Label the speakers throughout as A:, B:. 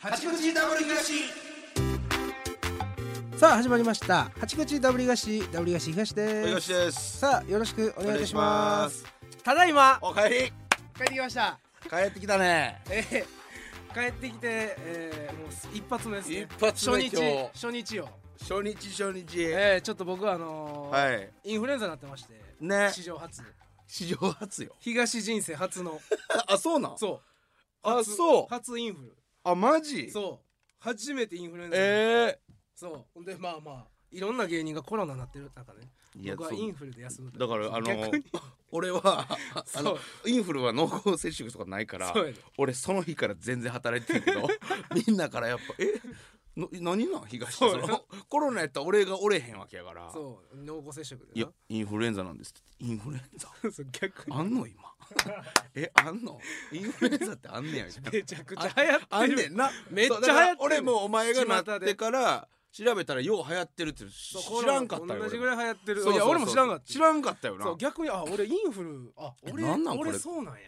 A: 八口ダブル東
B: さあ始まりました八口ダブリガシダブリガシ東です
A: 東です
B: さあよろしくお
A: お
B: 願いいたします
A: 願いし
B: ただいま
A: ますお帰り
B: 帰ってきました、
A: 帰ってきたね
B: えー、帰ってきて、えー、もうす一発目ですね
A: 一発目
B: 初日
A: 今日
B: 初日よ、
A: 初日初日
B: えー、ちょっと僕はあのー
A: はい
B: インフルエンザになってまして
A: ね
B: 史上初
A: 史上初よ
B: 東人生初 の
A: あそうなん
B: そう
A: あ
B: 初
A: そう
B: 初インフ
A: あマ
B: ル
A: ジ
B: そう初めてインフルエンザに、
A: え
B: そうほんでまあまあいろんな芸人がコロナになってる中ね
A: えいや
B: 僕は
A: そう
B: インフルで休むと
A: だからあの
B: 逆に
A: 俺はあ
B: そ
A: の
B: う
A: インフルは濃厚接触とかないから
B: そうやね
A: 俺その日から全然働いて るけどみんなからやっぱえの何なん東田
B: そ
A: そう
B: や
A: のコロナやったら俺が折れへんわけやから
B: そう濃厚接触でない
A: やインフルエンザなんですってインフルエンザ
B: そう逆に
A: あん の今えあんのインフルエンザってあんねやみたいな
B: めちゃくちゃ流行ってる
A: あんねんな
B: めっちゃ
A: そうだから
B: 流行ってる
A: 俺もお前がな
B: 巷
A: っ
B: で
A: てから調べたらよう流行ってるって知
B: そう
A: 知らんかったよ
B: 同じぐ
A: 俺
B: ら
A: も
B: い流行ってる
A: そうそうそう
B: いや俺も知らんかった
A: 知らんかったよな
B: そう逆にあ俺インフルあ
A: え
B: 俺
A: なんなんこれ
B: 俺そうなんや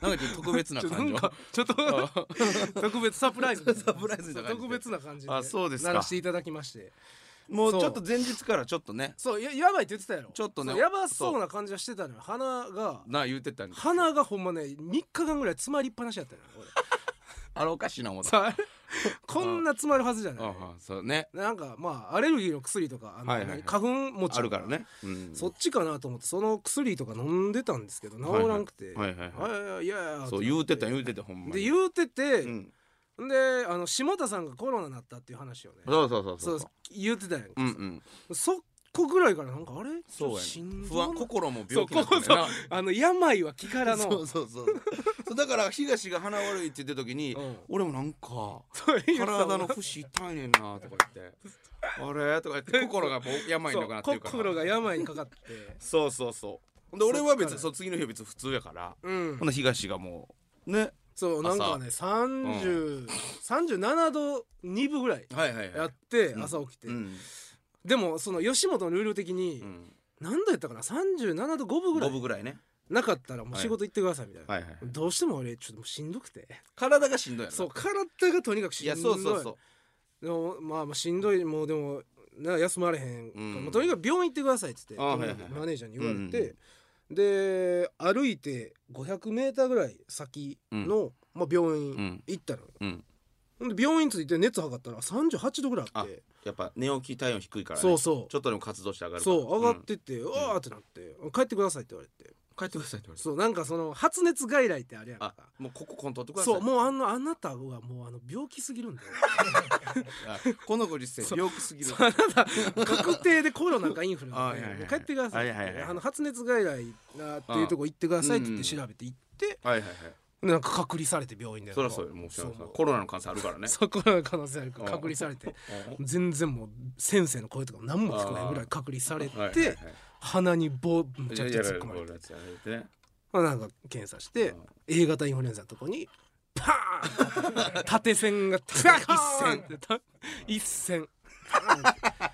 A: なんかちょっと特別な
B: ちょ
A: 感
B: なん
A: 情
B: かちょ っと特別サプライズみたいな
A: サプライズみたいな感じで
B: 特別な感じで
A: あそうですか
B: 鳴らしていただきまして
A: もう
B: そう
A: ちょっと前日からちょっとね
B: そうややばいって言ってたやろ
A: ちょっとね
B: そうやばそうな感じはしてたのよ鼻が
A: な言ってたんです
B: 鼻がほんまね3日間ぐらい詰まりっぱなしやったのよ 俺
A: あれおかしいな思った
B: さあこんな詰まるはずじゃ
A: あ
B: ない
A: あそうね
B: なんかまあアレルギーの薬とかあの、
A: はいはいはい
B: 花粉持ち
A: あるからねうん
B: そっちかなと思ってその薬とか飲んでたんですけど治らんくて「
A: はいはいはい
B: あいやいやいや」
A: そう言うてた言うてたほんまに
B: で言うてて、
A: うん
B: ん、であの下田さんがコロナになったっていう話をね
A: そうそうそう
B: そう言うてたやんか、
A: うんうん
B: そこぐらいからなんかあれ
A: そうやね
B: しんどい
A: 不安心も
B: そう
A: 病気
B: こ
A: なんだ
B: こ
A: よ
B: そう
A: な
B: あの病は気からの
A: そうそうそうそうだから東が鼻悪いって言った時に、
B: うん
A: 俺もなん か
B: そういうさ
A: 体の節痛いねんなとか言って あれとか言って心がもう病になくなってるから
B: そう心が病にかか って
A: そうそうそうで俺は別にそう次の日は別に普通やから、
B: うん
A: ほんで東がもうね
B: そうなんかね30、37度2分ぐらい
A: はいはい
B: や
A: やっ
B: って
A: うん
B: 朝起きて、
A: てうん、
B: でもその吉本のルール的に、
A: うん、
B: 何度やったかな37度5分ぐら
A: 5
B: い
A: 分ぐらいね
B: なかったらもう仕事行ってくださいみたいな、
A: はいはい
B: どうしても俺ちょっともうしんどくて
A: 体がしんどいやろ
B: そう体がとにかくし
A: い
B: んどい
A: やそうそうそう
B: でもまあまあしんどいもうでもな休まれへん、
A: うん
B: もうとにかく病院行ってくださいっつって
A: あはいはいはい
B: マネージャーに言われ
A: うん
B: て、で歩いて 500m ぐらい先の、まあ、病
A: う
B: 院
A: ん
B: 行ったのよ、
A: うん
B: ほんで病院着いて熱測ったら38度ぐらいあって
A: やっぱ寝起き体温低いから、ね、
B: そうそう
A: ちょっとでも活動して上がるから
B: そう上がってって、うわーってなって「帰ってください」って言われて
A: うん帰ってくださいって言われて
B: そうなんかその発熱外来ってあれやん
A: あ
B: か
A: もうここコントってください
B: そうもうあのあなたはもうあの病気すぎる んだよ
A: あこのご時世病気すぎる
B: あなた確定でコロナかインフルな
A: あは
B: ん
A: いはいはい
B: で帰ってください,、
A: はいはいはい
B: あの発熱外来なっていうとこ行ってくださいって言って調べて行って、
A: はいはいはい
B: でなんか隔離されて病院で
A: そりゃそうよもうそう
B: そう
A: コロナの感染あるからね
B: そうコロナの可能性あるから
A: うん
B: 隔離されて
A: うん
B: 全然もう先生の声とかも何も聞こえないぐらい隔離され
A: はいはいはい
B: て鼻に棒む
A: い
B: ちゃく
A: やい
B: ちゃ
A: や
B: 突っ込まれて
A: いやいや
B: まあ、なんか検査して、
A: うん
B: A 型インフルエンザのとこにパーン縦線が一線ってた一線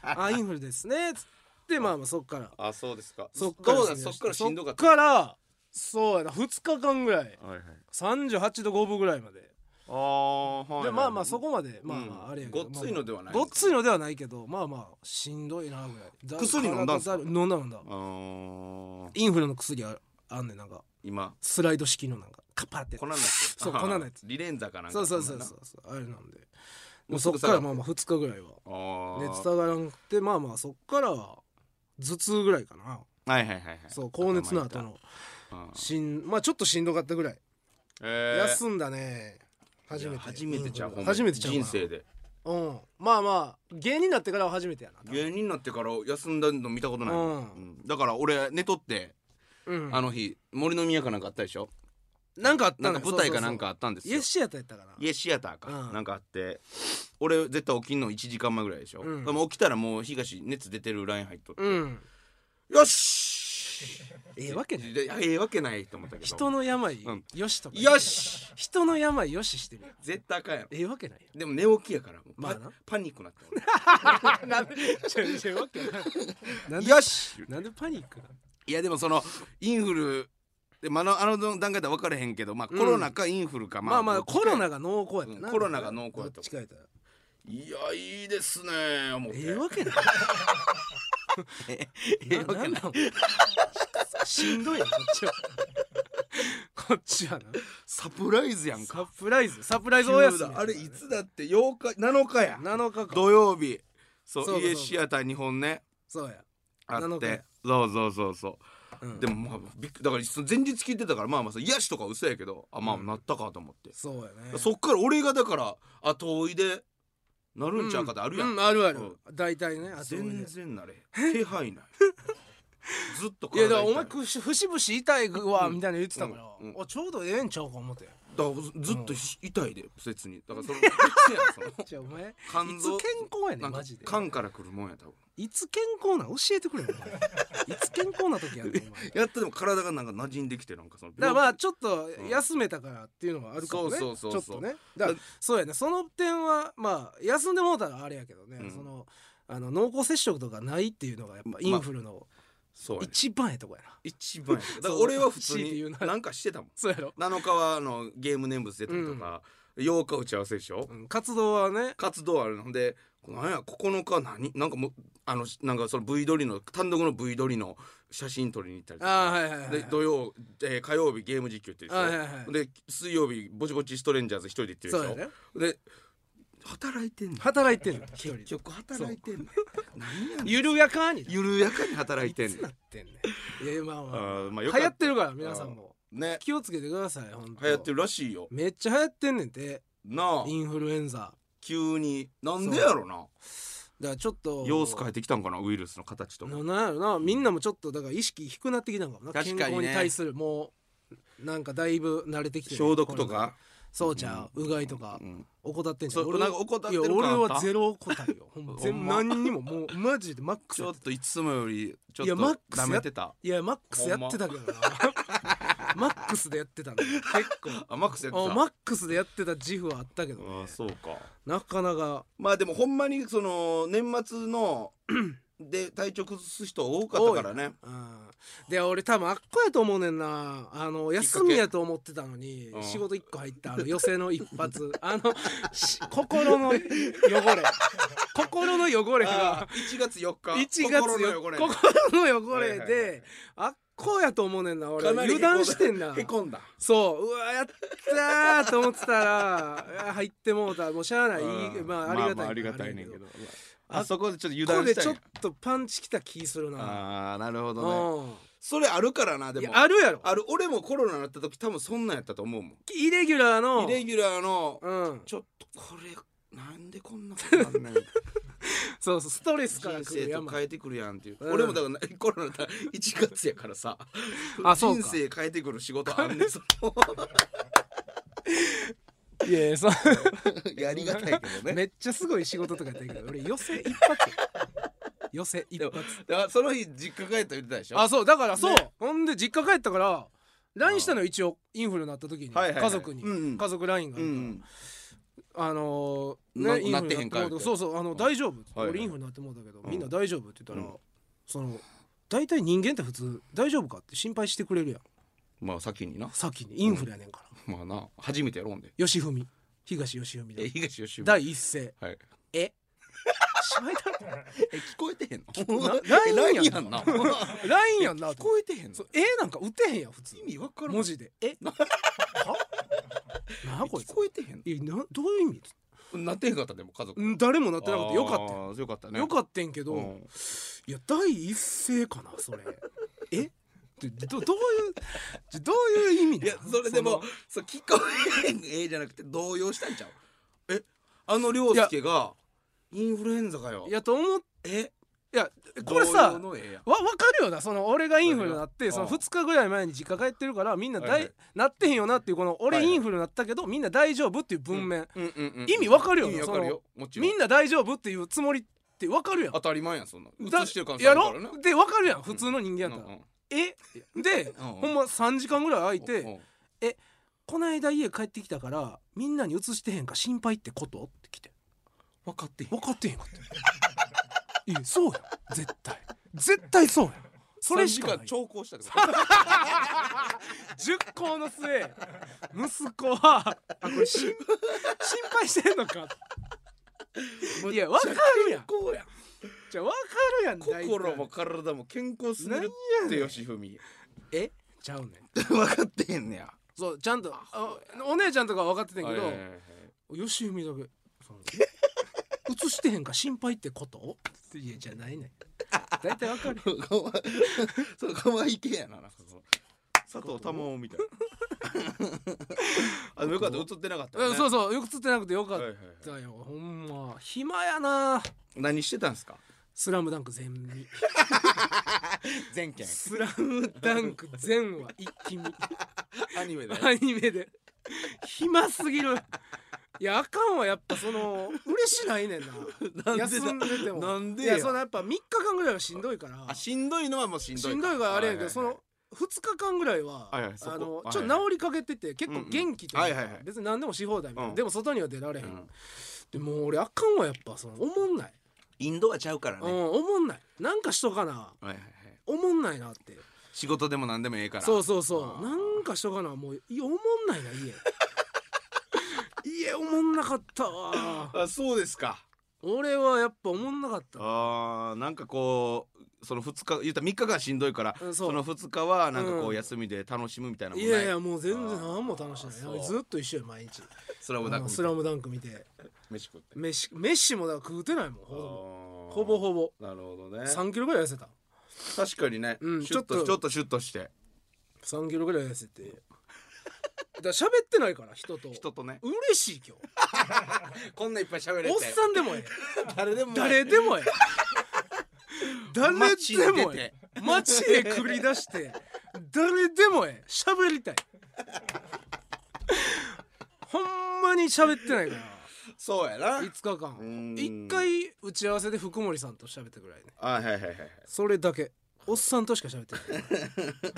B: あインフルですねつってまあまあそっから
A: あそうですか
B: そっから
A: どうだそっからしんどかった
B: そっからそうやな2日間ぐらい
A: はいはい
B: 38度5分ぐらいまで、
A: あーはい
B: でまあまあそ
A: こ
B: こまでまあま
A: う
B: あ
A: ん
B: あれやけど、
A: ごっついのではない
B: ごっついのではないけどまあまあしんどいなぐらいだ
A: 薬飲んだんすか
B: 体だる飲んだ飲んだインフルの薬ああんねんなんか
A: 今
B: スライド式のなんかカパって
A: 粉のやつ
B: そう粉のやつ
A: リレンザかなんか
B: そうそうそうそうそうあれなんで
A: もうす
B: そ
A: ぐ
B: っ
A: 下
B: か
A: がっ
B: ら
A: て
B: まあまあ2日ぐらいは
A: あー
B: 熱下がらんくてまあまあそっからは頭痛ぐらいかな
A: はいはいはいはい
B: そう高熱の後の
A: 頭痛い
B: しんまあちょっとしんどかったぐらい
A: うんえー
B: 休んだね初め
A: い
B: て
A: や初めてちゃう
B: インフ
A: ほん
B: ル
A: まに
B: 初めてちゃうかな
A: 人生で
B: うんまあまあ芸人になってからは初めてやな多分
A: 芸人になってから休んだの見たことない、
B: うん
A: うんだから俺寝とって、
B: うん
A: あの日森の宮かなんかあったでしょ
B: なんかあった
A: な
B: の
A: んか
B: よ
A: 舞台かなんかあ
B: そうそう
A: ったんです
B: そうイ
A: よ
B: エスシアターやったかな
A: イエスシアターか、
B: うん
A: なんかあって俺絶対起きんの1時間前ぐらいでしょ、
B: うん
A: でも起きたらもう東熱出てるライン入っとって、
B: うん
A: よし
B: ええわけない
A: でいやええわけないと思ったけど
B: 人の病
A: うん
B: よしとか
A: よし
B: 人の病よししてる
A: 絶対あかんやろ
B: ええわけ ないよ
A: でも寝起きやからもうパ,、
B: まあな
A: パニックなっ て
B: なんでちょいちょいわけないなん
A: 俺
B: で
A: よし
B: なんでパニックなの
A: いやでもそのインフルでまだあの段階では分からへんけど、まあ、コロナかインフルか、
B: まあまあ
A: どっちか
B: コロナが濃厚やった
A: う
B: な。
A: んコロナが濃厚やった
B: どっちかやったら。
A: いやいいですね思って
B: ええわけない。
A: ええわけない
B: んんしんどいなこっち は。こっちはな。
A: サプライズやんか
B: サプライズ、サプライズおやすみ。
A: あれいつだって8日7日や
B: 7日か。
A: 土曜日そう
B: そうか
A: 家
B: そうか
A: シアター日本ね
B: そうや。
A: あっ
B: 7日
A: て
B: や
A: そうそうそうそう
B: うん
A: でもまあびっくだからその前日聞いてたからまあまあそう癒しとか嘘やけどあまあ
B: うん
A: なったかと思って、
B: そうやね。
A: そっから俺がだから後追いでなるんちゃうかってあるやん、
B: ううあるある
A: うん。
B: 大体ね。あと
A: 全
B: ね
A: 然なれ気配 ないずっと
B: い
A: 体
B: やだからお
A: 痛
B: 前くし節々痛いわみたいなの言ってたから
A: うんうん、
B: あちょうどええんちゃうか思って。
A: だからずっとひ痛いで別にだからその別やんその
B: じゃあお前いつ
A: 肝臓
B: 健康やね
A: なん
B: ん
A: か
B: マジで。
A: 肝からくるもんや多分
B: いつ健康なん教えてくれよ。お前いつ健康な時やねん。お前
A: やってでも体がなんか馴染んできてなんかその
B: だからまあちょっと
A: うん
B: 休めたからっていうのはあるかもね。
A: そうそうそう
B: ち
A: そ
B: ょ
A: う
B: っとね。だからそうやね。その点はまあ休んでもうたらあれやけどね。
A: うん
B: そのあの濃厚接触とかないっていうのがやっぱインフルの
A: そうやね
B: 一番ええとこやな。
A: 一番やだから
B: そう
A: 俺は普通
B: 強いて言う
A: に
B: な
A: なんかしてたもん
B: そうやろ。
A: 7日はあのゲーム念仏出たりとか、8日打ち合わせでしょ、
B: うん活動はね。
A: 活動あるのでなんや9日何なんかもうあのなんかその V 撮りの単独の V 撮りの写真撮りに行ったりと
B: ああ
A: か
B: はいはいはいはい。
A: で土曜、えー火曜日ゲーム実況って言
B: は
A: う
B: い
A: で
B: は
A: し
B: いは
A: ょ
B: い。
A: で水曜日ぼちぼちストレンジャーズ一人で行ってるで
B: そう
A: し
B: や
A: ょ、
B: ね。
A: で働いてんの
B: 働いてんの一人
A: 結
B: で。
A: 局働いてんの 何やねん
B: 緩やかに。
A: 緩やかに働いてん
B: つな
A: の
B: ってんねん。いやいやまあまあ。
A: あーまあ
B: 流
A: よか
B: 行
A: っ
B: ってるから皆さんも
A: たね
B: 気をつけてください。本当。
A: 流行ってるらしいよ
B: めっちゃ流行ってんねんて
A: なあ
B: インフルエンザだか
A: 急になんでやろな
B: らちょっと
A: 様子変えてきたんかなウイルスの形とか
B: ななんやろなみんなもちょっとだから意識低くなってきたんかもな
A: 確かにね
B: 健康に対するもうなんかだいぶ慣れてきてる
A: 消毒とか
B: そうちゃううがいとか
A: うん
B: 怠ってんじゃん
A: そうなんか怠ってる
B: い
A: 感
B: や俺
A: あった
B: はゼロ怠りよほんま
A: ほんま
B: 全部何にももうマジでマックス
A: ち
B: や
A: ょ
B: っ
A: っといつもよりちょ
B: いやマ
A: っ
B: ッ
A: と
B: クスや
A: ダメてた
B: いやマックスやってたけどなマックスでやってたんだよ結
A: あマックス やって
B: 構
A: た
B: あマックスでやってた自負はあったけど
A: あ
B: ね
A: あそうか
B: なかなか
A: まあでもほんまにその年末 ので体調崩す人多かったからね
B: うんで俺多分あっこやと思うねんなあの休みやと思ってたのに、
A: うん
B: 仕事一個入ったあ の寄席の一発あのし心の汚れ心の汚れが
A: あー1月4日
B: 1月よ
A: 心の汚れ
B: 心の汚れで、
A: はいはいはい
B: あっこやと思うねんな俺
A: かなりへこ
B: 油
A: んだ
B: 断してんな
A: へこんだ
B: そううわやったーと思ってたら いや入ってもうたもうしゃあない、
A: うん
B: まあありがたい、
A: まあありがたいねんけど
B: あ
A: あそこでちょっと油
B: ここ
A: 断
B: で
A: した
B: ちょ
A: ん
B: っ
A: や
B: とパンチきた気するな
A: ああなるほ
B: う
A: どね
B: ん
A: それあるからないで
B: や
A: も
B: あるやろ
A: ある俺もコロナになった時多分そんなんやったと思うもん
B: イレギュラーの
A: イレギュラーの
B: うん、
A: ちょっとこれなんでこんなことなんねん
B: そうそうストレ スから来
A: 人生
B: る
A: と
B: 山
A: 変えてくるやんっていう、
B: うん
A: 俺もだからコロナだ1月やからさ
B: あそう
A: 人
B: か
A: 生変えてくる仕事あんねんその
B: いやいやそう
A: やりがたいけどね
B: めっちゃすごい仕事とかやったけど俺寄せ一発 寄せ一発
A: だからその日実家帰った言ってたでしょ
B: あそうだからそう、
A: ね
B: ほんで実家帰ったから LINE したのよ一応インフルになった時に、
A: はいはいはい
B: 家族に、
A: うんうん
B: 家族 LINE があ
A: う
B: るから、
A: ん
B: あのー
A: な
B: インフル
A: なってへんか
B: な
A: 言うて
B: そうそうあの
A: ん
B: 大丈夫、
A: はいはい
B: 俺インフルになってもうたけど、
A: うん
B: みんな大丈夫って言ったら、
A: うん
B: その大体人間って普通大丈夫かって心配してくれるやん
A: まあ先にな
B: 先にインフルやねんから、
A: まあな初めてやろうんで
B: 吉文東吉文
A: え
B: で
A: 東吉村
B: 第一声
A: はい
B: えしまいだろ
A: え聞こえてへん の
B: な
A: え
B: LINE や
A: LINE
B: ん
A: な
B: LINE やんな
A: 聞こえてへんの
B: そうえなんか打てへんやん普通
A: 意味わからん
B: 文字でえ
A: な
B: なあこい
A: 聞
B: つ
A: こえてへん
B: えなどういう意味
A: のなってへんかったでも家族
B: ん誰もなってなかったよかったよ
A: たよかったね
B: よかったんけ
A: う
B: ど
A: ん
B: いや第一声かな それえでどどういうじどういう意味
A: いや
B: なの
A: それでも
B: の
A: そう聞こえへんええじゃなくて動揺したんちゃうえあの涼介がインフルエンザかよ
B: いやと思っ
A: え
B: いやこれさ
A: 動揺のええやん
B: わ分かるよなその俺がインフルになって
A: うん
B: その2日ぐらい前に実家帰ってるからみんなだい、
A: はいはい
B: なってへんよなっていうこの
A: は
B: 俺
A: いはい
B: インフルになったけどみんな大丈夫っていう文面、
A: うんうんうん
B: 意味わかるよ
A: 意
B: な
A: 味わかるよもちろん
B: みんな大丈夫っていうつもりって分かるやん
A: 当たり前やんそんな
B: だ
A: 映してる感じ
B: や
A: あるから
B: ろ
A: な
B: で分かるやん普通の人間やったら、
A: うんうん
B: えで
A: うんうん
B: ほんま3時間ぐらい空い
A: うんう
B: て
A: ん
B: 「こないだ家帰ってきたからみんなに移してへんか心配ってこと?」って来て
A: 分かってへ
B: 「分かってへんか」って「いやそうやん絶対絶対そうやんそれしか
A: 3
B: ない
A: 時間長考したってこ
B: 熟考の末息子はあこれ心心配してんのか
A: と
B: いやわかるやん
A: こうやん
B: じゃあわかるやん大体
A: 心も体も健康すぎるってよしふみえ
B: ちゃうねん
A: 分かってへんねや
B: そうちゃんとあお姉ちゃんとかは分かってたけ
A: はい
B: ど
A: はいはいはい
B: よしふみだけその 映してへんか心配ってこといやじゃないねん大体わかる
A: そうかわい系やななんかその佐藤珠緒みたいな あでもよかった映ってなかった、ね
B: うん、そううそうよく映ってなくてよかっ
A: はいはいはい
B: たよほんま暇やな
A: 何してたんですか
B: スラムダンク全見
A: 全件
B: スラムダンク全話一気見
A: アニメで
B: アニメで 暇すぎるいやあかんわやっぱその嬉しないねんな
A: なんでだ
B: 休んでても
A: なんで
B: い
A: や
B: やそのやっぱ3日間ぐらいはしんどいから
A: あしんどいのはもうしんどい
B: しんどいからあれやけど、
A: はい
B: そ
A: はいはい
B: の2日間ぐらいは、
A: はいはいそこ
B: あの
A: はい
B: ちょっと治りかけてて結構元気というか
A: うんうんはいはいはい
B: 別に何でもし放題みたいな、
A: うん
B: でも外には出られへん、
A: うん
B: でもう俺あかんわやっぱそのおもんない、
A: インドはちゃうから
B: う
A: ね、
B: んおもんないなんかしとかな
A: はいはいはい
B: おもんないなって
A: 仕事でも何でもええから
B: そうそうそ
A: あ
B: う
A: ー
B: なんかしとかなもういやおもんないな 家家おもんなかったわ
A: あそうですか
B: 俺はやっぱおもんなかった
A: あーなんかこうその2日言ったら3日間しんどいから、
B: うんそ
A: そうの2日はなんかこう、
B: うん
A: 休みで楽しむみたいなもん
B: い
A: ない
B: やいやもう全然
A: あー
B: 何も楽しない
A: そう
B: ずっと一緒よ毎日
A: スラムダ
B: う
A: ン
B: ん
A: クみ
B: ス
A: たいな
B: ラムダンク見て
A: 飯食って
B: 飯飯もだから食うてないもんほとんどほ
A: ほ
B: ぼほぼ
A: なるほどね
B: 3キロぐらい痩せた
A: 確かにね、
B: うん
A: シュッと
B: ちょっと
A: ちょっとシュッとして
B: 3キロぐらい痩せてだから喋ってないから人と
A: 人とね
B: 嬉しい今
A: こんないっぱい喋れ
B: 日おっさんで もええ
A: 誰でも
B: 誰で もええ誰でもええ街へ繰り出して誰でもええ喋りたいほんまに喋ってないから
A: そうやな
B: 5日間
A: ん
B: 1回打ち合わせで福森さんと喋ったぐらいね
A: あはいはいはいはい
B: それだけおっさんとしか喋ってない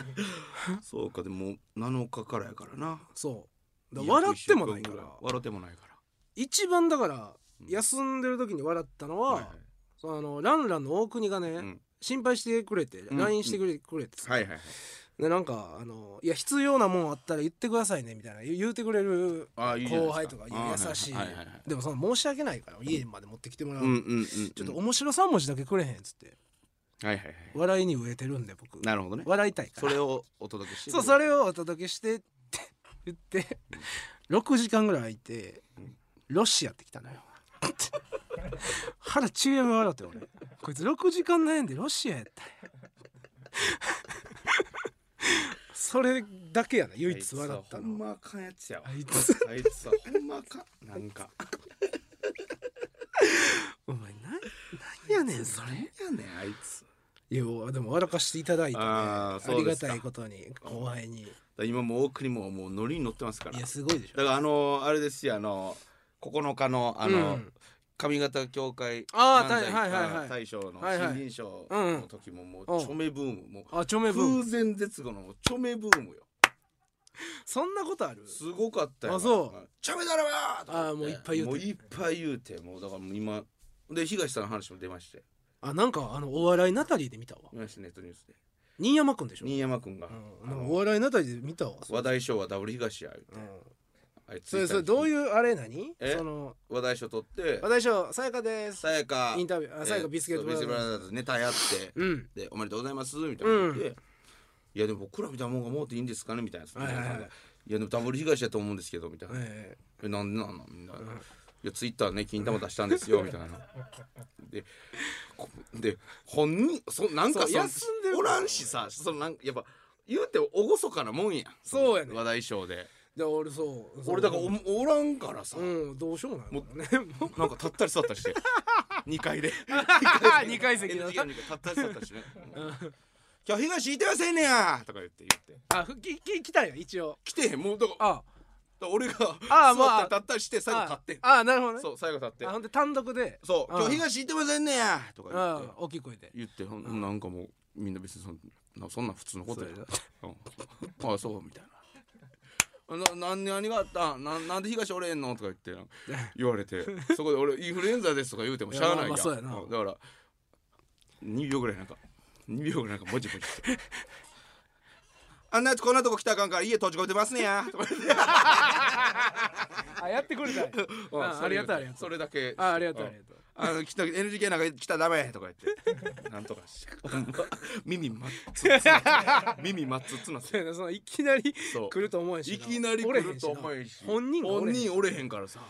A: そうかでも7日からやからな
B: そうだから笑ってもないか
A: 201
B: ら
A: 笑ってもないから
B: 一番だから
A: うん
B: 休んでる時に笑ったのは、
A: はいはい
B: そのあのランランの大国がね、
A: うん
B: 心配してくれて
A: ん
B: LINE してくれ,、くれて
A: はいはいはい
B: でなんかあの「いや必要なもんあったら言ってくださいね」みたいな言言うてくれる
A: あいいじゃないで
B: 後輩
A: すか
B: とかい
A: あ
B: や優しい
A: はいはいはいはい
B: でもその申し訳ないから家まで持ってきてもらう、
A: うんうんうんうん
B: ちょっと面白3文字だけくれへんっつって
A: はいはいはい
B: 笑いに飢えてるんで僕
A: なるほどね
B: 笑いたいか
A: そ
B: ら
A: れをお届けして
B: そうそれをお届けして って言って6時間ぐらい空いてロシアってきたのよ腹ちげえ笑って俺こいつ6時間悩んでロシアやったんやそれだけやな唯一笑った
A: あいつはほん
B: の
A: まあかんやつやわ
B: あいつ
A: あいつはほんまあかんなんか
B: お前な何やねんそれ
A: やねんあいつ
B: いやでも笑かしていただいて、ね、
A: あ
B: あ
A: ーそう
B: り
A: で
B: が
A: すか
B: たいことに後輩に
A: だから今もう大国ももうノリに乗ってますから
B: いや
A: だ
B: すごいでしょ
A: からあのーあれですよあのー9日のあのー
B: うん
A: 上方協会
B: あー
A: 漫才
B: はいはいはいはい
A: 大賞の
B: はいはい
A: 新人賞
B: うんうん
A: の時ももう
B: うん
A: 著名ブームもう
B: あ著名分
A: 空前絶後の著名ブームよ
B: そんなことある
A: すごかったよ
B: あそう
A: 著名だろよーとか言って
B: あーもういっぱい言うて
A: もういっぱい言うてもうだからもう今で東さんの話も出まして
B: あなんかあのお笑いナタリーで見たわ
A: 見ましたネットニュースで
B: 新山くんでしょ
A: 新山君が
B: う
A: あ
B: ん、なんかお
A: の
B: 笑いなたりで見たわ。
A: 話題賞はダブル東や言う
B: う
A: て
B: ん
A: あいつ
B: それそれどう
A: う
B: いうあれ何？
A: え
B: その
A: 話題賞取って
B: 私はさやかです
A: さ。やか
B: インタビューあさやかビスケット
A: ブ
B: ブラ
A: ラ
B: ザーズ
A: ザーズネタやって
B: うん。
A: でおめでとうございますみたいな言って、いやでも僕らみたいなもんがもうていいんですかねみたいなやつ、
B: はいはいはい
A: いやでもダブル東やと思うんですけどみたいな、
B: え
A: えなんでなんなんみんな、いやツイッターね金玉出したんですよみたいなでこで本人そなんか
B: そう
A: その
B: 休んでる
A: おらんしさそのなんやっぱ言うて厳かなもんやん
B: そうやね
A: 話題賞で
B: え。で俺そう。
A: 俺だから
B: う
A: おおらんからさ、
B: んどうしようもないもんね。 もう
A: なんか立ったり座ったりして二階で
B: 二階席の
A: NGK の二階立ったり座ったりしてね今日東いてませんねやとか言って言って
B: あふきき来たよ一応。
A: 来てへんもうだからだか
B: あ
A: ら俺が
B: あー
A: 座
B: まあ
A: ったり立ったりして最後立ってん
B: ああなるほどね。
A: そう最後立って
B: あほんで単独で。
A: そう
B: あ
A: 今日東いてませんねやとか言って
B: あ大きい声で。
A: 言ってほんなんかもうみんな別にそんなそんなん普通のことや
B: そうや
A: うんあそうみたいなな何何があったんなんなんで東おれんのとか言ってなんか言わ れてそこで俺インフルエンザですとか言うてもしゃあな
B: いやまあ
A: い
B: まあそうや
A: やん
B: な
A: うんだから2秒ぐらいなんか2秒ぐらいなんかもじもじして あんなやつこんなとこ来たらあかんから家閉じ込めてますねやとか言って
B: あやってく れたんや
A: う ん
B: あ
A: それ
B: ありがとうありがとう
A: それだけ
B: あありがとうあ
A: ん
B: りがとう
A: あの来た NGK なんか来たらダメとか言ってなんとかし耳まっつっつな耳まっつっつな
B: そうやなそのいきなり
A: そう
B: 来ると思えんしない
A: きなり来ると思えんし
B: 本人がおれへ
A: 本
B: んし
A: 人おれへんからさ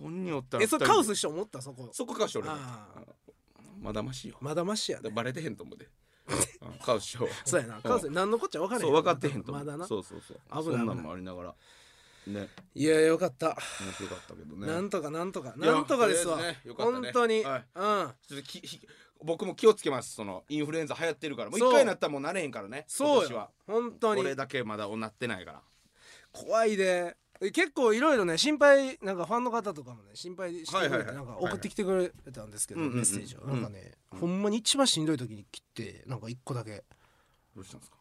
A: 本人おったら
B: えそう
A: 二人
B: カオスして思ったそこ
A: そこかし俺
B: ああ
A: まだましよ
B: まだましや
A: だから
B: ね
A: バレてへんと思 うでうんカオスしよう
B: そうやなカオス何のこっちゃ分からへん
A: そう分かってへんと思
B: ま
A: う
B: だな
A: そうそうそう
B: 危ない
A: そ
B: 危な
A: んな
B: い
A: んもありながらね
B: いやよかった
A: 面白かったけどね
B: なんとかなんとか
A: いや
B: なんとかですわ
A: とりあえずねよかった
B: 本
A: ね
B: 当にう
A: はい
B: ん
A: ちょっときひ僕も気をつけますそのインフルエンザ流行ってるからもう
B: そう
A: 一回なったらもうなれへんからね今
B: そう
A: 年は
B: よ本当
A: これ
B: に
A: だけまだなってないから
B: 怖いでえ結構いろいろね心配なんかファンの方とかもね心配してくれて、
A: はいはいはい
B: なんか送ってきてくれたんですけど、
A: はいはい
B: メッセージを、
A: うんうんうん
B: なんかね、ほんまに一番しんどい時に切ってなんか一個だけ
A: どうしたんですか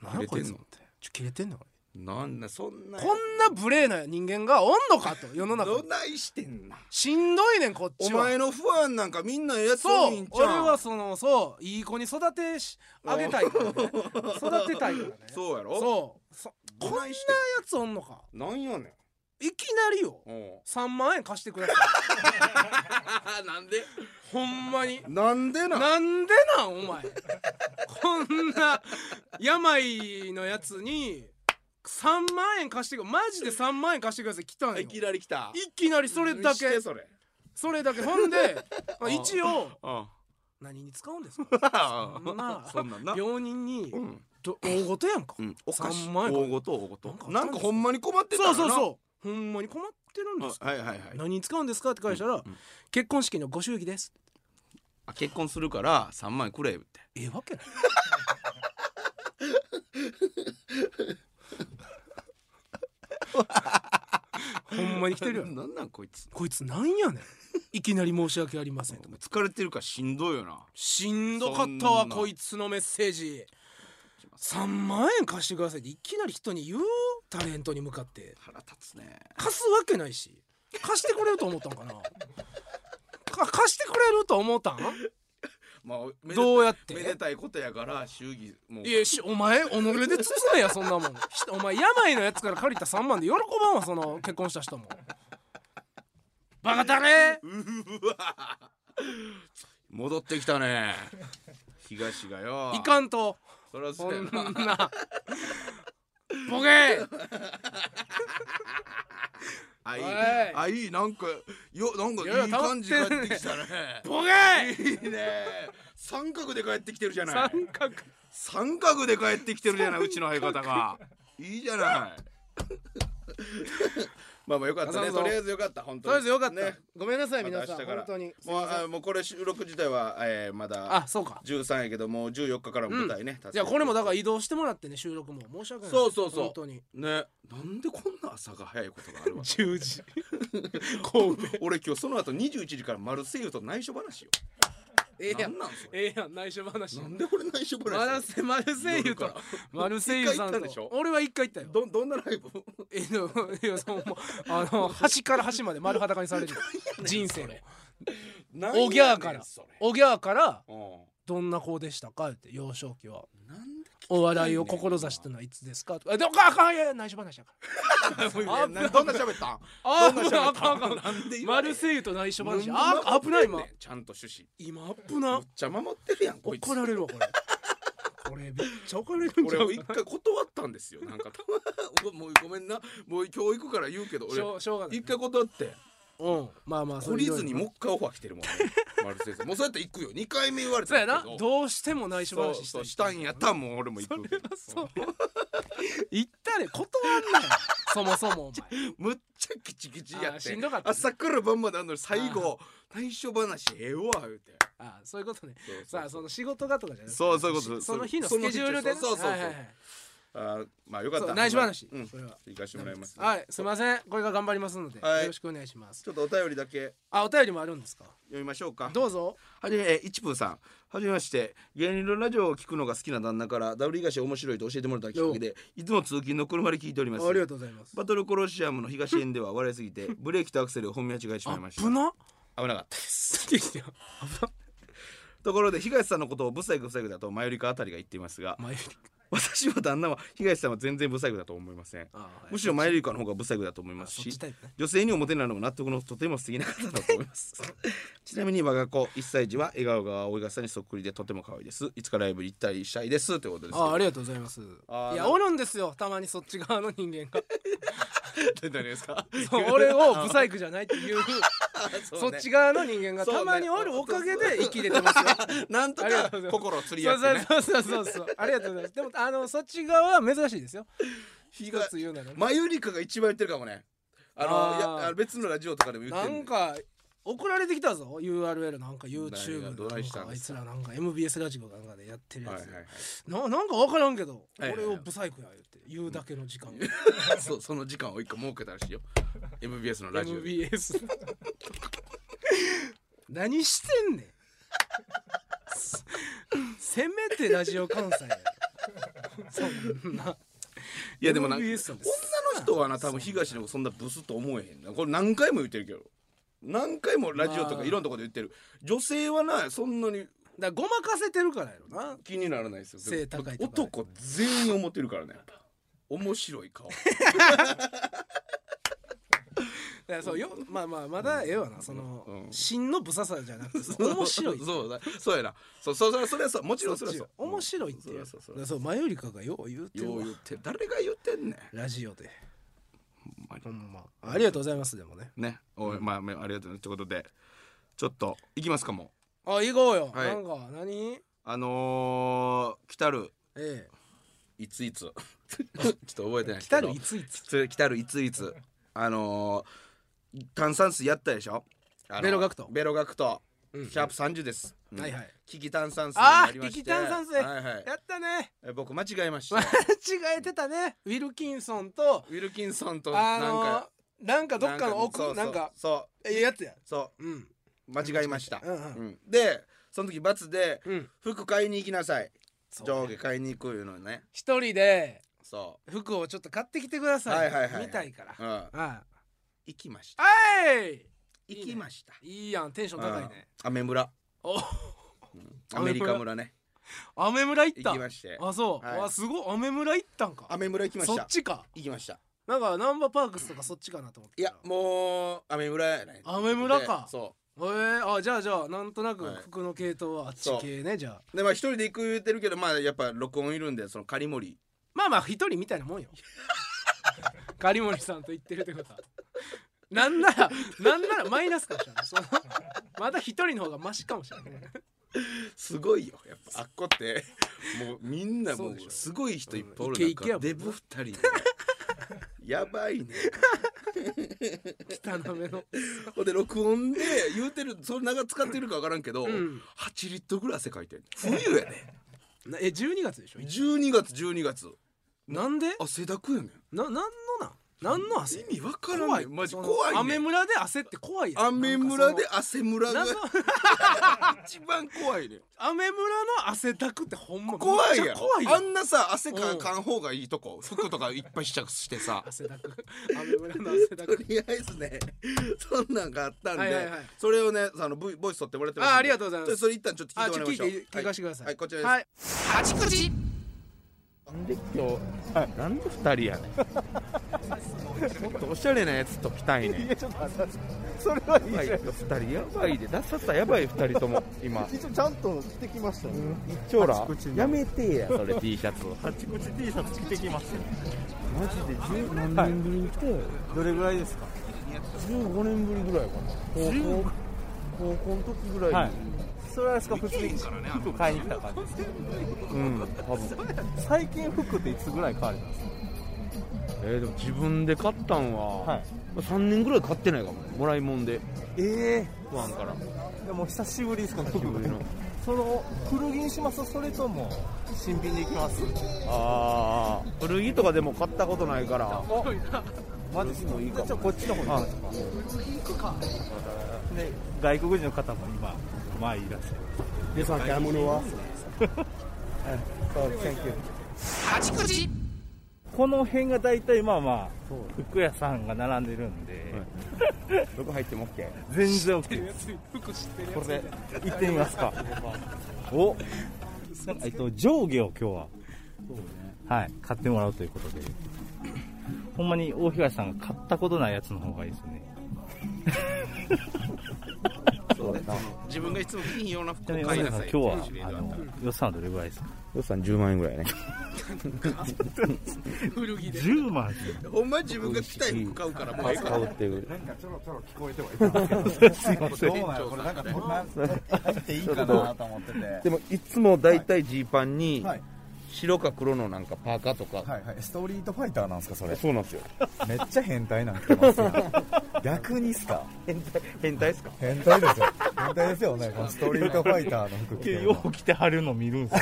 B: 何やこいつ
A: 切れてん
B: っ
A: の
B: てちょ切れてんのこ
A: なんだそんな
B: れこんな無礼な人間がおんのか と世の中
A: ど
B: に
A: ないしてんな
B: しんどいねんこっ
A: お
B: ちは
A: 前の不安なんかみんなええやつ多
B: そ
A: い
B: うん
A: ちゃ
B: 俺
A: ん
B: はそのそういい子に育てしあげたいから、ね、育てたいからねう
A: そうやろ
B: そうそこ
A: ど
B: んなや
A: ないしてん
B: つおんのか
A: なんやね
B: いきなりよ
A: んおう
B: 3万円貸してく ださい
A: なんで
B: ほんまに
A: なんでなん
B: なんでなんお前こんな病のやつに3万円貸してくマジで3万円貸してください来たんよ
A: いきなり来た
B: いきなりそれだ
A: 見し
B: け
A: てそれ
B: それだけほんで まあ一応
A: あ
B: 何に使うんですか
A: あ
B: そんな
A: そんなんな
B: 病人に
A: うん
B: ど大ごとやんか、
A: うんおかしい
B: 3万円
A: 大ごと
B: な
A: 大ご
B: んかあった
A: と
B: んです
A: なんかほんまに困ってた
B: そう
A: ら
B: そう
A: な
B: そうほんまに困ってるんです
A: あはいはいはい
B: 何に使うんですかって返したら、
A: ん
B: 結婚式のご祝儀です
A: あ結婚するから3万円くれって
B: ええわけないほんまに来てるよ
A: なんなんこいつ
B: こいつなんやねんいきなり申し訳ありませんと
A: 疲れてるからしんどいよな
B: しんどかったわ
A: そんな
B: こいつのメッセージ3万円貸してくださいっていきなり人に言うタレントに向かって
A: 腹立つね
B: 貸すわけないし貸してくれると思ったんかなか貸してくれると思ったん
A: まあめで
B: どうやって
A: めでたいことやから祝儀もう
B: いやしお前己で包めやそんなもんひお前病のやつから借りた3万で喜ばんわその結婚した人もバカだれ
A: 戻ってきた ね東がよ
B: いかんと
A: そりゃそ
B: そ
A: うんやな
B: なボケ
A: あいい
B: おい
A: あいいなんかよなんか
B: いやいや
A: いい感じ帰
B: 溜まってるね
A: って きたね
B: ボケ
A: いいね三角で帰ってきてるじゃない
B: 三角
A: 三角で帰ってきてるじゃないうちの相方がいいじゃない まあまあよかった
B: そう
A: ね
B: そう
A: とりあえずよかった本当
B: とりあ
A: に
B: えずよかった、
A: ね
B: ごめんなさい
A: ま
B: 皆
A: た明日
B: さん
A: から
B: 本当に
A: もうあもうこれ収録自体は、えー、まだ
B: あそうか
A: 13やけどもう14日からも舞台ね、立つ
B: じゃあこれもだから移動してもらってね収録も申し訳ない
A: そうそうそう
B: 本当に
A: ねなんでこんな朝が早いことがある わ
B: 10時神戸
A: 俺今日その後21時からマルセイユと内緒話よ
B: ええやん
A: なんなんそれ
B: ええやん内緒話
A: なんで俺内緒話
B: マルセマルセイユと
A: 夜から
B: マルセイユさん
A: 一回行ったん
B: と
A: でしょ
B: 俺は一回行ったよ
A: どどんなライブ
B: えでもいや そのもうあの端から端まで丸裸にされ る人生の
A: なんやねん
B: おぎゃーから
A: それ
B: おぎゃーから
A: うん
B: どんな子でしたかって幼少期は
A: なんで
B: お笑いを志したのはいつですかとかあでもあかんいやいや内緒話だか
A: あなどんな喋った
B: ら
A: ん
B: あ
A: どんな
B: ああ
A: 喋っ
B: かん
A: た
B: あかん
A: んなんで言わ
B: マ
A: れへ
B: ル
A: ん
B: セイユと内緒話
A: なんで
B: あ危ない
A: 守っ
B: 今
A: てんねんちゃんと趣旨
B: 今危な
A: むっちゃ守ってるやんこいつ
B: 怒られるわこれこれめっちゃ怒られるんじ
A: 俺
B: ゃう
A: を一回断ったんですよなんかも うごめんなもう今日行くから言うけど
B: し
A: 俺
B: ょうしょうがない
A: 一回断って
B: うんまあまあそ
A: 懲
B: れ
A: り
B: いろいろ
A: ずにもう一回オファー来てるもんね丸先生もうそうやって行くよ二回目言われ
B: そう
A: た
B: や
A: んだ
B: な
A: けど
B: どうしても内緒
A: そ
B: 話
A: う
B: し
A: そ
B: た
A: う
B: い
A: したんやったらもう俺も行
B: そ
A: く
B: れは そうや言ったれ断んな よそもそもお前
A: むっちゃキチキチ
B: あ
A: や
B: ー
A: っ
B: してんどかったね
A: 朝から晩まであんのに最後内緒話ええわ言うて
B: あそういうことね
A: そうそう
B: さあその仕事がとかじゃなくて
A: そうそういうこと
B: しその日のスケジュールでね
A: その日そうそうそう
B: はいはいはい
A: あーまあよかっ
B: そ
A: た
B: う内緒話
A: うん
B: これは
A: 行かしてもらいます
B: はいすみませんこれから頑張りますので
A: はい
B: よろしくお願いします
A: ちょっとお便りだけ
B: あお便りもあるんですか
A: 読みましょうか
B: どうぞ
A: はじめえー一風さんはじめまして芸人のラジオを聞くのが好きな旦那からダブル東面白いと教えてもらったきっかけでいつも通勤の車で聞いております
B: あありがとうございます
A: バトルコロシアムの東園では笑いす ぎて ブレーキとアクセルを本命間違えてしまいました
B: 危な
A: 危なかった
B: 危な
A: ところで東さんのことをブサイクブサイクだとマヨリカあたりが言っていますが
B: 前より
A: 私は旦那は東さんは全然ブサイクだと思いません
B: ああ
A: むしろマヨリカの方がブサイクだと思います
B: そっ
A: し
B: ちタイプね
A: 女性に表ないのも納得のとても素敵な方だと思います ちなみに我が子1歳児は笑顔が青いがさんにそっくりでとても可愛いですいつかライブに行ったりしたいですということですけ
B: あ
A: ど
B: あありがとうございます
A: ああ
B: いやおるんですよたまにそっち側の人間が
A: 何々です か
B: そう俺をブサイクじゃないっていう そっち側
A: が
B: の人間が
A: そうね
B: たまにおるおかげで生きれて ますよ
A: なんと
B: ありが
A: か
B: とうございます
A: 心を釣り合ってね
B: そうそうそうそうそうありがとうございますでもあのそっち側は珍しいですよ一
A: が
B: つ言うならね
A: マユリカが一番言ってるかもねあの
B: あー
A: いやあの別のラジオとかでも言っ
B: な
A: てる
B: んか送られてきたぞ URL なんか YouTube
A: 誰がどないした
B: なんんかあい
A: です
B: つ
A: から
B: なんか MBS ラジオかなんかでやってるや
A: はい
B: つ、
A: はいはい
B: ななんか分からんけど、
A: はいはいはい
B: 俺をブサイクや言って言うだけの時間、
A: そうその時間を一個設けたらしいよ MBS のラジオで
B: MBS 何してんねんせせめてラジオ関西やそんない
A: やでもなんか
B: MBS さんです
A: 女の人はな多分東のそんなブスと思えへんなこれ何回も言ってるけど何回もラジオと
B: ま
A: か
B: あ
A: いろんなとこで言ってる女性はなそんなに
B: だからごまかせてるからやろな
A: 気にならないですよ
B: 背高いとか
A: 男全員思ってるからねやっぱ面白い顔
B: いやそうよまあまあまだええわなその、
A: うん
B: 真のブサさじゃなくて 面白い
A: そうだそうやなそうそうそうそれはそうもちろんそ
B: そ
A: れ
B: っ
A: は
B: ち
A: そう
B: よ面白いっ
A: そ
B: て
A: う
B: い
A: や
B: う
A: そう
B: だ
A: そう
B: からそうマヨリカがよう言うて
A: よ
B: る
A: う
B: わ
A: 言って誰が言ってんねん
B: ラジオで
A: ほんまに
B: ほんまありがとうございますでもね
A: ねおいまあまあありがとうねってことでちょっと行きますかもう
B: あ行こうよ、
A: はい
B: なんか何
A: あのー、来たる
B: ええ
A: いつ いつちょっと覚えてないです
B: 来
A: け
B: た
A: ど
B: るいついつ
A: それ来たるいついつあのー、炭酸水やったでしょあの
B: ベロガクト
A: ベロガクト、
B: うん
A: シャープ30です、うん
B: はいはい
A: 危機炭酸水に
B: あ
A: な
B: ー
A: りまして
B: 危機炭酸水
A: はいはい
B: やったね
A: え僕間違えました
B: 間違えてたねウィルキンソンと
A: ウィルキンソンとな
B: あ
A: ん
B: のー
A: か、
B: なんかどっかの
A: そ
B: 奥
A: うそう
B: なんか
A: そ
B: えやつや
A: うそ
B: うん
A: う間違えました、
B: うんうん
A: うんでその時罰で
B: うん
A: 服買いに行きなさい
B: そう
A: 上下買いに行くいうのね
B: 一人で
A: そ
B: 服をちょっと買ってきてください,、
A: はいはいはいはい
B: みたいから
A: う、うん、
B: あ
A: 行きました
B: あはいいい
A: 行
B: ね
A: きました
B: いいやんテンション高いね
A: アメ村
B: お
A: アメリカ村ね
B: アメ村行っ
A: 行
B: た
A: きまして
B: あそう、
A: はい
B: あすごいアメ村行ったんか
A: アメ村行きまし
B: そ
A: た
B: っちか
A: 行きました
B: なんかナンバーパークスとかそっちかなと思って
A: いやもうアメ村やね
B: アメ村か
A: そ
B: えー、あじゃあじゃあなんとなく
A: はい
B: 服の系統はあっち系ね、じゃあ
A: うでまあ一人で行く言ってるけどまあやっぱ録音いるんでその仮森
B: まあまあ一人みたいなもんよ 狩森さんと言ってるってことはなんならなんならマイナスかもしれないそのまだ一人の方がマシかもしれない
A: すごいよやっぱあっこってもうみんなも
B: そうでし
A: う
B: ょ
A: すごい人いっぱい
B: う
A: お
B: ん
A: る
B: イケイケやも
A: 中
B: んな
A: デブ二 人でやばいね
B: 汚めの
A: ほんで録音で言うてるそれ長使ってるか分からんけど、
B: ん
A: 8リットルぐらい汗かいてる冬やね
B: なえ12月でしょ
A: 12月12月
B: なんで
A: 汗だくやねん
B: ななんのなんなんの汗
A: 意味分からな
B: 怖
A: い
B: い
A: マジ
B: その
A: 怖いね
B: 雨
A: ん
B: 村で汗って怖いやん
A: 雨村で汗村が
B: なんかその
A: 一番怖いねん
B: 雨村の汗だくってほんま
A: 怖い
B: めっ
A: や
B: ちゃ
A: ん
B: 怖い
A: あ
B: やん
A: んなさ汗
B: う
A: か
B: ん
A: かん方がいいとこ服とかいっぱい試着してさ
B: 汗だく雨村の汗だ
A: と
B: く
A: りあえずねそんなんがあったんで、
B: はいはいはい
A: それをねあのボイボイス取ってもらってますんで
B: あありがとうございます
A: ちょっそれ一旦ちょっと聞い
B: あ
A: て
B: ち
A: も
B: ょ
A: らい
B: 聞
A: ま
B: い
A: しょう
B: て聞かせてください
A: はい、はいこちらです、
B: はい
A: 八口なんで今日、なんで二人やねんもっとおしゃれなやつと来たいねん
C: いやちょっと待ってそれはいい
A: やばい
C: じゃ
A: よ
C: ん
A: 二人やばいでダサさやばい二人とも今
C: 一応ちゃんと着てきましたよ、
A: 一丁らやめてやそれ T シャツ
C: 八口 T シャツ着てきました
D: マジで10何年ぶりに来て、
C: どれぐらいですか
D: 15年ぶりぐらいかな高校高校の時ぐらいに、
C: はいそれはですか普通に服買いに来た感じですか
D: うん多分
C: 最近服っていつぐらい買われたんですか
D: えー、でも自分で買ったんは、
C: はい
D: 3年ぐらい買ってないかももらいもんで
C: え
D: 不安から
C: えでも久しぶりですか
D: 自分の
C: その古着にしますそれとも新品で行きます
D: ああ古着とかでも買ったことないから
C: マジですかじゃあちょっとこっちの方に行きましょうかで外国人の方も今前いらっしゃい
D: でさ買い物は
C: ますそう Thank you
A: 八口
C: この辺が大体まあまあ
D: そう
C: 服屋さんが並んでるんで、
A: どこ入っても OK
C: 全然 OK です
B: 服知ってる
C: これで行ってみますかおなんかえっと上下を今日は
D: そうね
C: はい買ってもらうということでほんまに大東さんが買ったことないやつの方がいいですね
A: そうね自分がいつも着ひんような
C: ち
A: 服を
C: なみに大
A: 買い
C: 東
A: な
C: さん
A: さい
C: 今日は
A: っていう指令
C: あ
A: があった
C: の予算はどれぐらいですか
A: 予算10万円ぐらいね
B: 古着で
C: 10万ですよ
A: ほんまに自分が着たい服買うからもうええから
D: 買うっていう
E: なんかちょろちょろ聞こえてはいたんですけど
C: すいません
E: どうなのこれなんかこんな入っていいかなと思ってて
A: でもいつも大体ジーパンに
E: はい
A: 白か黒のなんかパーカーとか、
E: はいはいストリートファイターなんですかそれ
A: そうなんですよ
E: めっちゃ変態なんてますよ逆にっすか
A: 変態ですか
E: 変態ですよ変態ですよねこのストリートファイターの服着てるの
C: よう着てはるの見るんですよ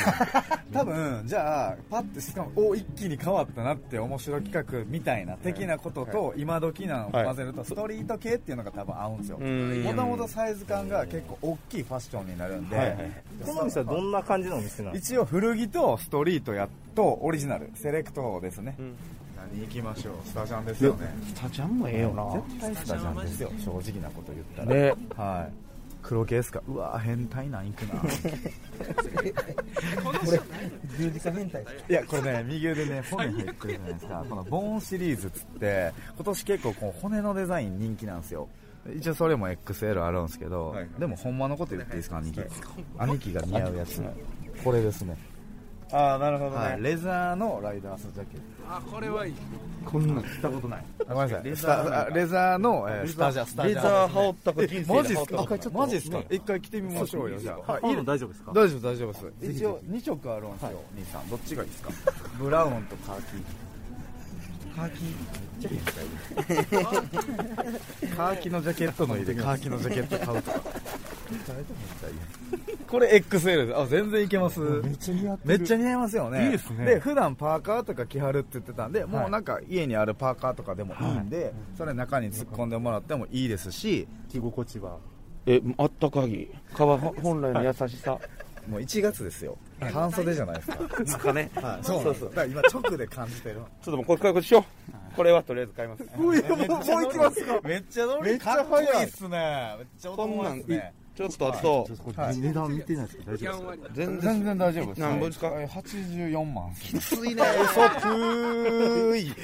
E: 多分じゃあパッてしかもお一気に変わったなって面白企画みたいな的なことと今時なのを混ぜるとストリート系っていうのが多分合うんですよ
A: ん
E: もともとサイズ感が結構大きいファッションになるんで、
C: この店はどんな感じのお店なんです
E: 一応古着とストリートやっとオリジナルセレクトですね、
A: ん
E: 何行きましょうスタジャンですよね
D: タジャンもええよな
E: 絶対スタジャンですよ正直なこと言ったら
D: ね
E: はい黒系ですかうわ変態なん行くな
D: 十字架変態
E: いやこれね右腕ね骨入ってるじゃないですかこのボーンシリーズっつって今年結構こう骨のデザイン人気なんですよ一応それも XL あるんですけど、
A: はいはい
E: でもほんまのこと言っていいですか兄貴、兄貴が似合うやつこれですねああなるほどね、はいレザーのライダースジャケット
B: あこれはいい
A: こんなん着たことない
E: あごめんなさいレザーレザーの、えー、スタジャスタジャ
A: レザー羽織ったか人生
E: マジ
A: で羽織
E: っす
A: った
E: か
A: か
E: マジっすか一回着てみましょうよじゃあ、はい、
C: か大丈夫ですか
E: 大丈夫大丈夫です一応二色あるんですよ、兄さんどっちがいいです かブラウンとカーキーカーキーめっちゃ変態カーキのジャケットの入れカーキのジャケット買うとかこれ XL ですあ全然いけます
D: めっちゃ似合って
E: め
D: る
E: っちゃ似合いますよね
D: いいですね
E: 普段パーカーとか着はるって言ってたんでもうなんか家にあるパーカーとかでもいいんで、それ中に突っ込んでもらってもいいですし
D: 着心地は
A: えあったかぎ革本来の優しさ
E: もう1月ですよ半袖じゃないですか
A: ですかね
E: はい、そうそうそうだから今直で感じてる
A: ちょっともうこれこれしようこれはとりあえず買い ます
E: もう行きますかめっちゃ乗りかっこいいっすねめっちゃ
A: こん
E: 男
A: な
E: 前
A: ん
E: っすね
A: ちょっとあと
D: こ
E: は
D: れ
E: い
D: 値段見てないですけど大丈
B: やんわり
A: 全然
E: 全然大丈夫です
A: 何本ですか
E: はい84万
A: きついね
E: 嘘ぷーい
A: き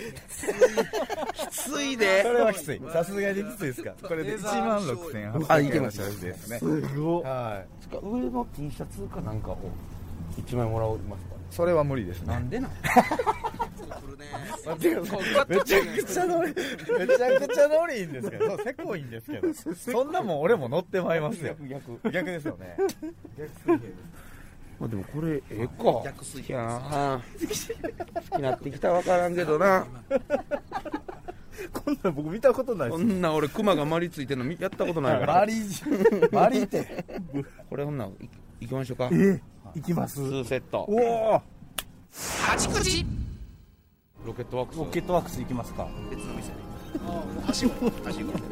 A: ついで
E: それはきついさすがにきついですかこれで1万
A: あ
E: 6800
A: いけ
E: 円
A: ま
E: の
A: す
E: チャージですね
D: 夫すごい
E: はい
A: 上の T シャツかなんかを一枚もらおいますか
E: それは無理ですね
A: んでなん
E: めちゃくちゃ乗りめちゃくちゃ乗りいいんですけどそうせこいんです けどそんなもん俺も乗ってまいりますよ
A: 逆
E: 逆ですよね
A: まあでもこれええか逆すぎやな好きなってきたわからんけどな
E: こんなん僕見たことない
A: こんな俺クマがまりついてんのみやったことないから
E: マリマリテ
A: これほんなんいいきましょうか
D: 行きます
A: 2セット
E: おお
A: ロケットワークス
D: ロケットワークス行きますか
A: 別の店で
C: ロ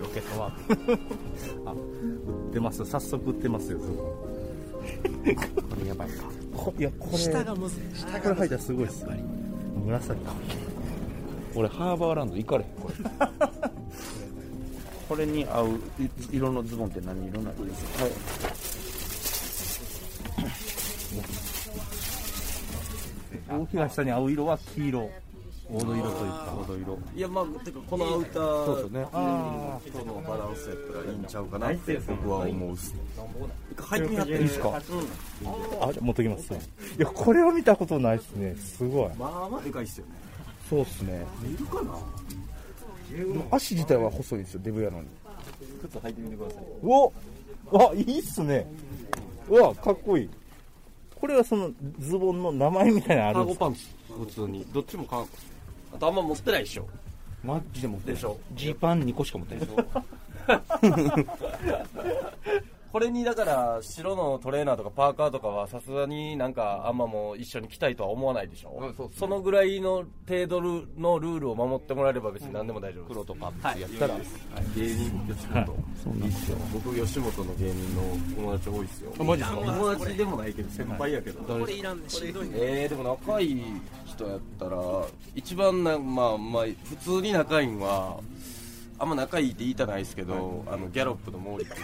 C: ケットワークあ売ってます早速売ってます よ
A: これやばいか
D: こいやこれ
B: 下がむずい
D: 下から入ったらすごいっす
C: 紫
A: 俺ハーバーランド行かれへんこれ これに合うい色のズボンって何色なんですか、
C: 大東さんに青色は黄色黄土色というか黄土色
F: いやまあてかこのアウター
A: そうですね
F: とのバランスやったらいいんちゃうかなって僕は思うっす入ってみはっていい
C: ですかあ持ってきますいやこれは見たことないですねすごい
F: まあまあでかいっすよね
A: そうっすね
F: いるかな
A: 足自体は細いんですよデブやのに
F: 靴履いてみてください
C: おあいいっすねうわかっこいいこれはそのズボンの名前みたいなのあ
F: カ
C: る
F: ー
C: んで
F: ゴ
C: すか
F: パンツ普通にどっちもカーゴあとあんま持ってないでしょ
A: マジで持ってる
F: でしょ
A: ジーパン2個しか持ってない
G: これにだから白のトレーナーとかパーカーとかはさすがになんかあんまもう一緒に来たいとは思わないでしょ、
H: うんそうっすね
G: そのぐらいの程度のルールを守ってもらえれば別に何でも大丈夫です、
H: 黒とパンツやったら、
F: 芸人吉本、いいっすよ僕吉本の芸人の友達多いっすよ
H: マジっすか
F: 友達でもないけど先輩やけど
B: これいらんねしんどいね
G: えー、でも仲いい人やったら一番なまあまあ普通に仲いいんはあんま仲いいって言いたないですけど、あのギャロップの毛利君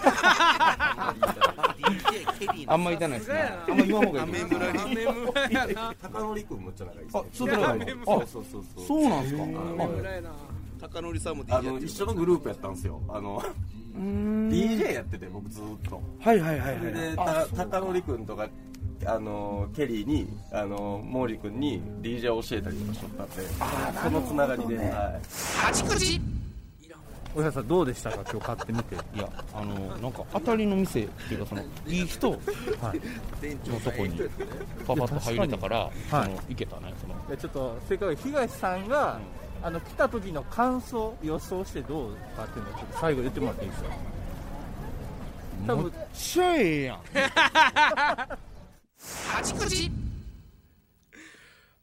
H: あんま痛ないですねあんま言わん方がいいと思う
B: 雨村やな
F: 高典君むっちゃ仲いいっすよ
H: ちょっと長いの
F: そうそうそうそう
H: そうなんですか
B: 雨村やな
A: 高典さんも DJ
G: あの一緒のグループやったんですよあの DJ やってて僕ずーっと
H: はいはいはいはい
G: でた高典君とかあのケリーにあの毛利君に DJ を教えたりとかしとったんでそのつながりで、はい
C: おやさんどうでしたか今日買ってみて
H: いやあのなんか当たりの店っていうかそのいい人のとこにパパッと入れたから
C: か
H: あ
C: に
H: のいけたねその
C: ちょっとせっかく東さんが、あの来た時の感想予想してどうかっていうのをちょっと最後言ってもらっていいですか多分
H: シェイやん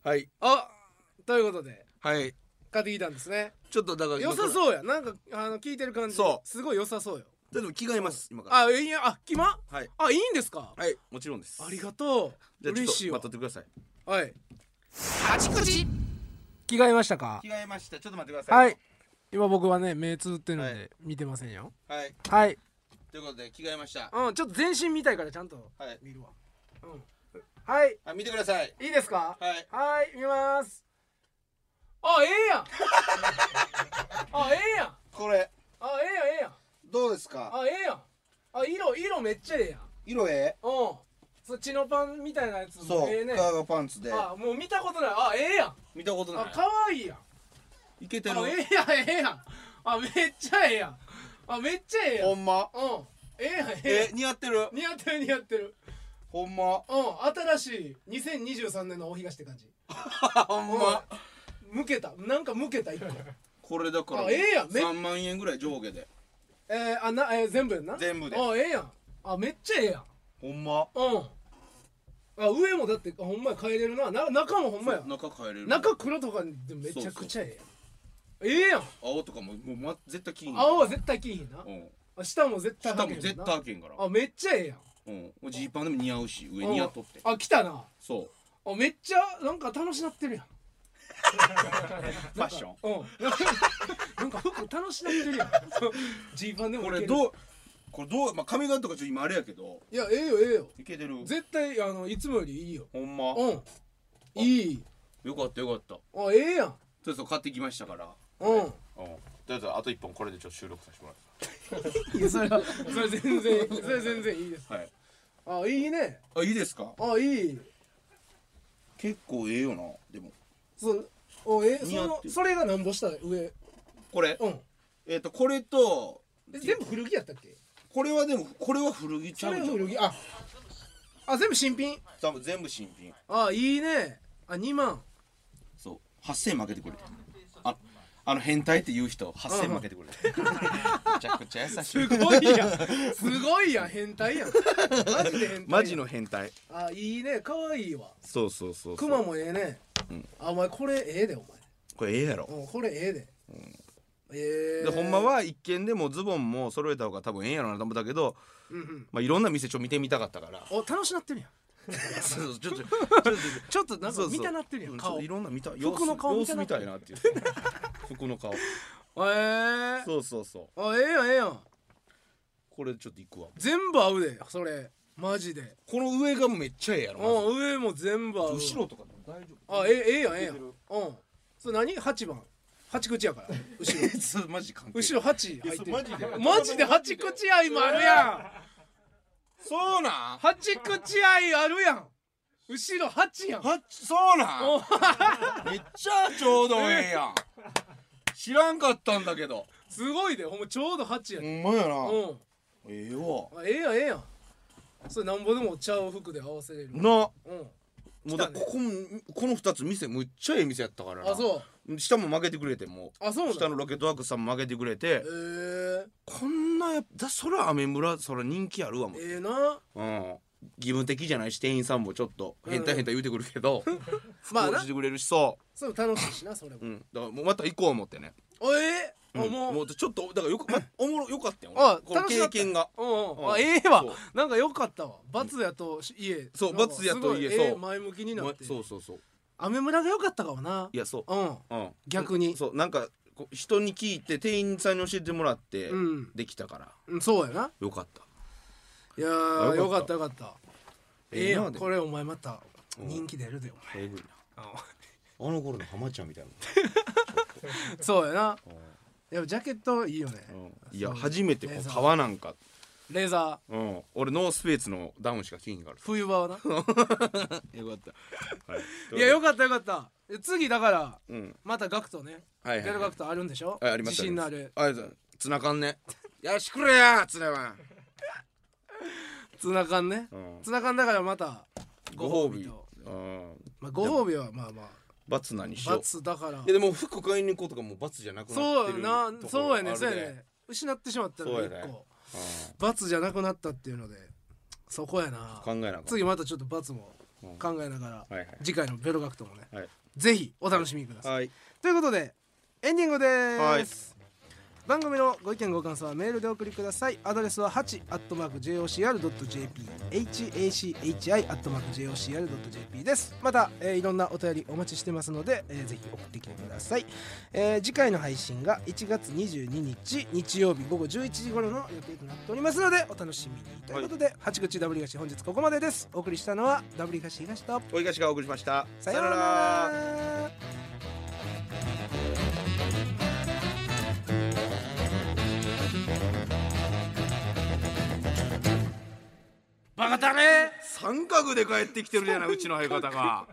A: はい
B: あということで
A: はい
B: 買ってきたんですね
A: ちょっとだから
B: 良さ
A: う
B: そうやなんかあの聞いてる感じ
A: そ
B: すごい良さそうよ
A: でも着替えます今から
B: あいやあ決ま
A: はい
B: あいいんですか
A: はいもちろんです
B: ありがとう
A: じゃあちょっ
B: 嬉しい
A: と
B: よ
A: 待っとってください
B: はい着替えましたか
A: 着替えましたちょっと待ってください
B: はい今僕はね目つぶってるん
A: は
B: で
A: い
B: 見てませんよ
A: はい
B: はい
A: ということで着替えました
B: うんちょっと全身見たいからちゃんと
A: はい
B: 見るわうんはい
A: あ見てください
B: いいですか
A: はい
B: はい見ますあええやんあええやん
A: これ
B: あええやんええやん
A: どうですか
B: あええやんあ色色めっちゃええやん
A: 色え
B: うんそチノパンみたいなやつ
A: そ
B: も
A: う
B: ええね
A: 革パンツで
B: あもう見たことないあええやん
A: 見たことな
B: あ
A: い
B: 可愛いやん
A: いけてる
B: あええやんええやんあめっちゃええやんあめっちゃええやんう
A: ほ
B: ん
A: んま
B: ええやんええやん
A: え似合ってる
B: 似合ってる似合ってる
A: ほんま
B: うん新しい2023年の大東って感じ
A: ほんま
B: 向けたなんか向けた一個
A: これだから
B: あええやんめ
A: 3万円ぐらい上下で
B: えー、あな、えー、全部やんな
A: 全部で
B: あええやんあめっちゃええやん
A: ほんま
B: うんあ上もだってあほんまや変えれるなな中もほんまや
A: 中変えれる
B: 中黒とかでめちゃくちゃええやんええやん
A: 青とかももう、ま、絶対金
B: 青は絶対着いひんな
A: うん
B: あ下も絶対
A: 下
B: 履
A: も
B: けへんな
A: 絶対開けんから
B: あめっちゃええやん
A: うんもうジーパンでも似合うし上似合っとって
B: あ来たな
A: そう
B: あめっちゃなんか楽しなってるやん
A: ファッション
B: うん なんかなんか服楽しなってるやんそうジーパンでも
A: こ
B: いけ
A: れ
B: る
A: どうこれどうまあ髪型とかちょっと今あれやけど
B: いやええよええよ
A: いけてる
B: 絶対あのいつもよりいいよ
A: ほんま
B: うんいい
A: よかったよかった
B: あええやん
A: ちょっと買ってきましたから
B: うん
A: うんとりあえずあと一本これでちょっと収録させてもらい
B: いやそれはそれ全然それ全然いいです
A: ますはい
B: あいいね
A: あいいですか
B: あいい
A: 結構ええよなでも
B: そうおえそ
A: 似合っ
B: の
A: てる
B: それがなんぼした上
A: これ
B: うん
A: えっ、とこれと
B: え全部古着やったっけ
A: これはでもこれは古着ち
B: そ
A: ゃう
B: れ
A: ん
B: が
A: ちゃう
B: 古着ああ全部新品
A: 多分全部新品
B: あいいねあ2万
A: そう8000負けてくれああの変態って言う人8000負けてくれ めちゃくちゃ優し
B: すごいやん すごいやん変態やんマジで変態やん
A: マジの変態
B: あいいね可愛いわ
A: そうそうそう
B: クマもええね、あお前これええでお
A: これええやろ
B: 前、うん、これええで、ええ
A: でほんまは一見でもズボンも揃えた方が多分ええやろなと思ったけど、まあ、いろんな店ちょっと見てみたかっ たから
B: お楽しなってるやん
A: そうそうちょっと
B: ちょっとなん
A: そう
B: か
A: そう
B: 見たなってるやん
A: うちょ
B: 顔
A: っとい
B: え
A: ろんな見た
B: 服の顔
A: 様
B: 見
A: 子
B: た
A: 様子
B: なっ
A: 見
B: て
A: たいなっていう服の顔
B: えあ
A: そうそうそう
B: ええやんええやん
A: これちょっといくわ
B: 全部合うでそれマジで
A: この上がめっちゃええやろ
B: うん上も全部合う
A: 後ろとかでも大丈
B: あええええやんええやんうんそれ何八番八口や から後ろ
A: 夫それマジ関係ない
B: 後ろ八入ってる
A: マジで
B: マジで八口愛もあるやん
A: そうなん
B: 八口愛あるやん後ろ八やん
A: はそうなんめっちゃちょうどええやん知らんかったんだけど
B: すごいでほんまちょうど八やんう
A: ほ
B: ん
A: んまやなええわ
B: あええやんええやんそれなんぼでもちゃう服で合わせれる
A: なも
B: うん
A: うだここもこの二つ店むっちゃええ店やったからな
B: あそう
A: 下も負けてくれても
B: あそうう
A: 下
B: な
A: の
B: の
A: ロケットワークスさんも負けてくれて
B: えー、
A: こんなやっぱそらアメ村そら人気あるわもん、
B: ええな
A: うん、義務的じゃないし店員さんもちょっと変態変態言うてくるけど、
B: まあな
A: してくれるしそ
B: そう楽しいしなそれも
A: う、うん、だからもうまた行こう思ってね、
B: おえ
A: うん
B: ーあもう
A: もうちょっとだからよ く、ま、おもろよかったよ
B: あ
A: この
B: 楽しか
A: 経
B: った
A: 験が
B: うん
A: うん
B: あええわ
A: そう
B: なんか良かったわ罰やとし家
A: そう
B: なんか
A: 罰やと家
B: すごいええ
A: そう
B: 前向きになって
A: そうそうそう
B: 雨村が良かったかもない
A: やそう
B: うん
A: うん、
B: 逆に
A: そうなんかこう人に聞いて店員さんに教えてもらって
B: うん
A: できたから、
B: うんそうやな
A: よかった
B: いやー
A: よ
B: よ
A: か
B: かっ
A: っ
B: たたよかったええ
A: な
B: やん
A: でも
B: これお前また人気出るでお
A: えぐい
B: 前
A: なあの頃の浜ちゃんみたいな
B: そうやなやっぱジャケットいいよね
A: いや初めてこう革なんか、
B: レーザー
A: うん、俺ノースペースのダウンしか着んから
B: 冬場はな
A: よかった、はい、
B: いやよかったよかったえ次だから
A: うん
B: またガクトね
A: はい
B: 出
A: は
B: る
A: い、は
B: ガクトあるんでしょ
A: い、あります
B: 自信のある
A: ありますツナ缶ね よしくれやツナ缶
B: ツナ缶ね
A: うん
B: ツナ缶だからまた
A: ご褒美
B: と
A: うん
B: まあご褒美はまあまあ
A: バツ何しよう
B: 罰だから
A: いやでも服買いに行こうとかもうバツじゃなくなって
B: そ
A: る
B: うや
A: と
B: な
A: ころ
B: そうや
A: あ
B: ね
A: る
B: そうやね失ってしまったの
A: そう
B: が
A: や
B: 一
A: ね
B: 個罰じゃなくなったっていうのでそこやな
A: うん考えなかった
B: 次またちょっと罰も考えながら、
A: はいはい
B: 次回のベロガクトもね、
A: はい
B: ぜひお楽しみください、
A: はい
B: ということでエンディング
A: は
B: で
A: い
B: す、番組のご意見ご感想はメールでお送りくださいアドレスは 8-jocr.jp hachi-jocr.jp ですまた、えーいろんなお便りお待ちしてますので、えーぜひ送ってきてください、えー次回の配信が1月22日日曜日午後11時頃の予定となっておりますのでお楽しみにということで、八口ダブリガシ本日ここまでですお送りしたのはダブリガシ東と
A: おいがしがお送りしました
B: さようなら
A: 三角で帰ってきてるじゃないうちの相方が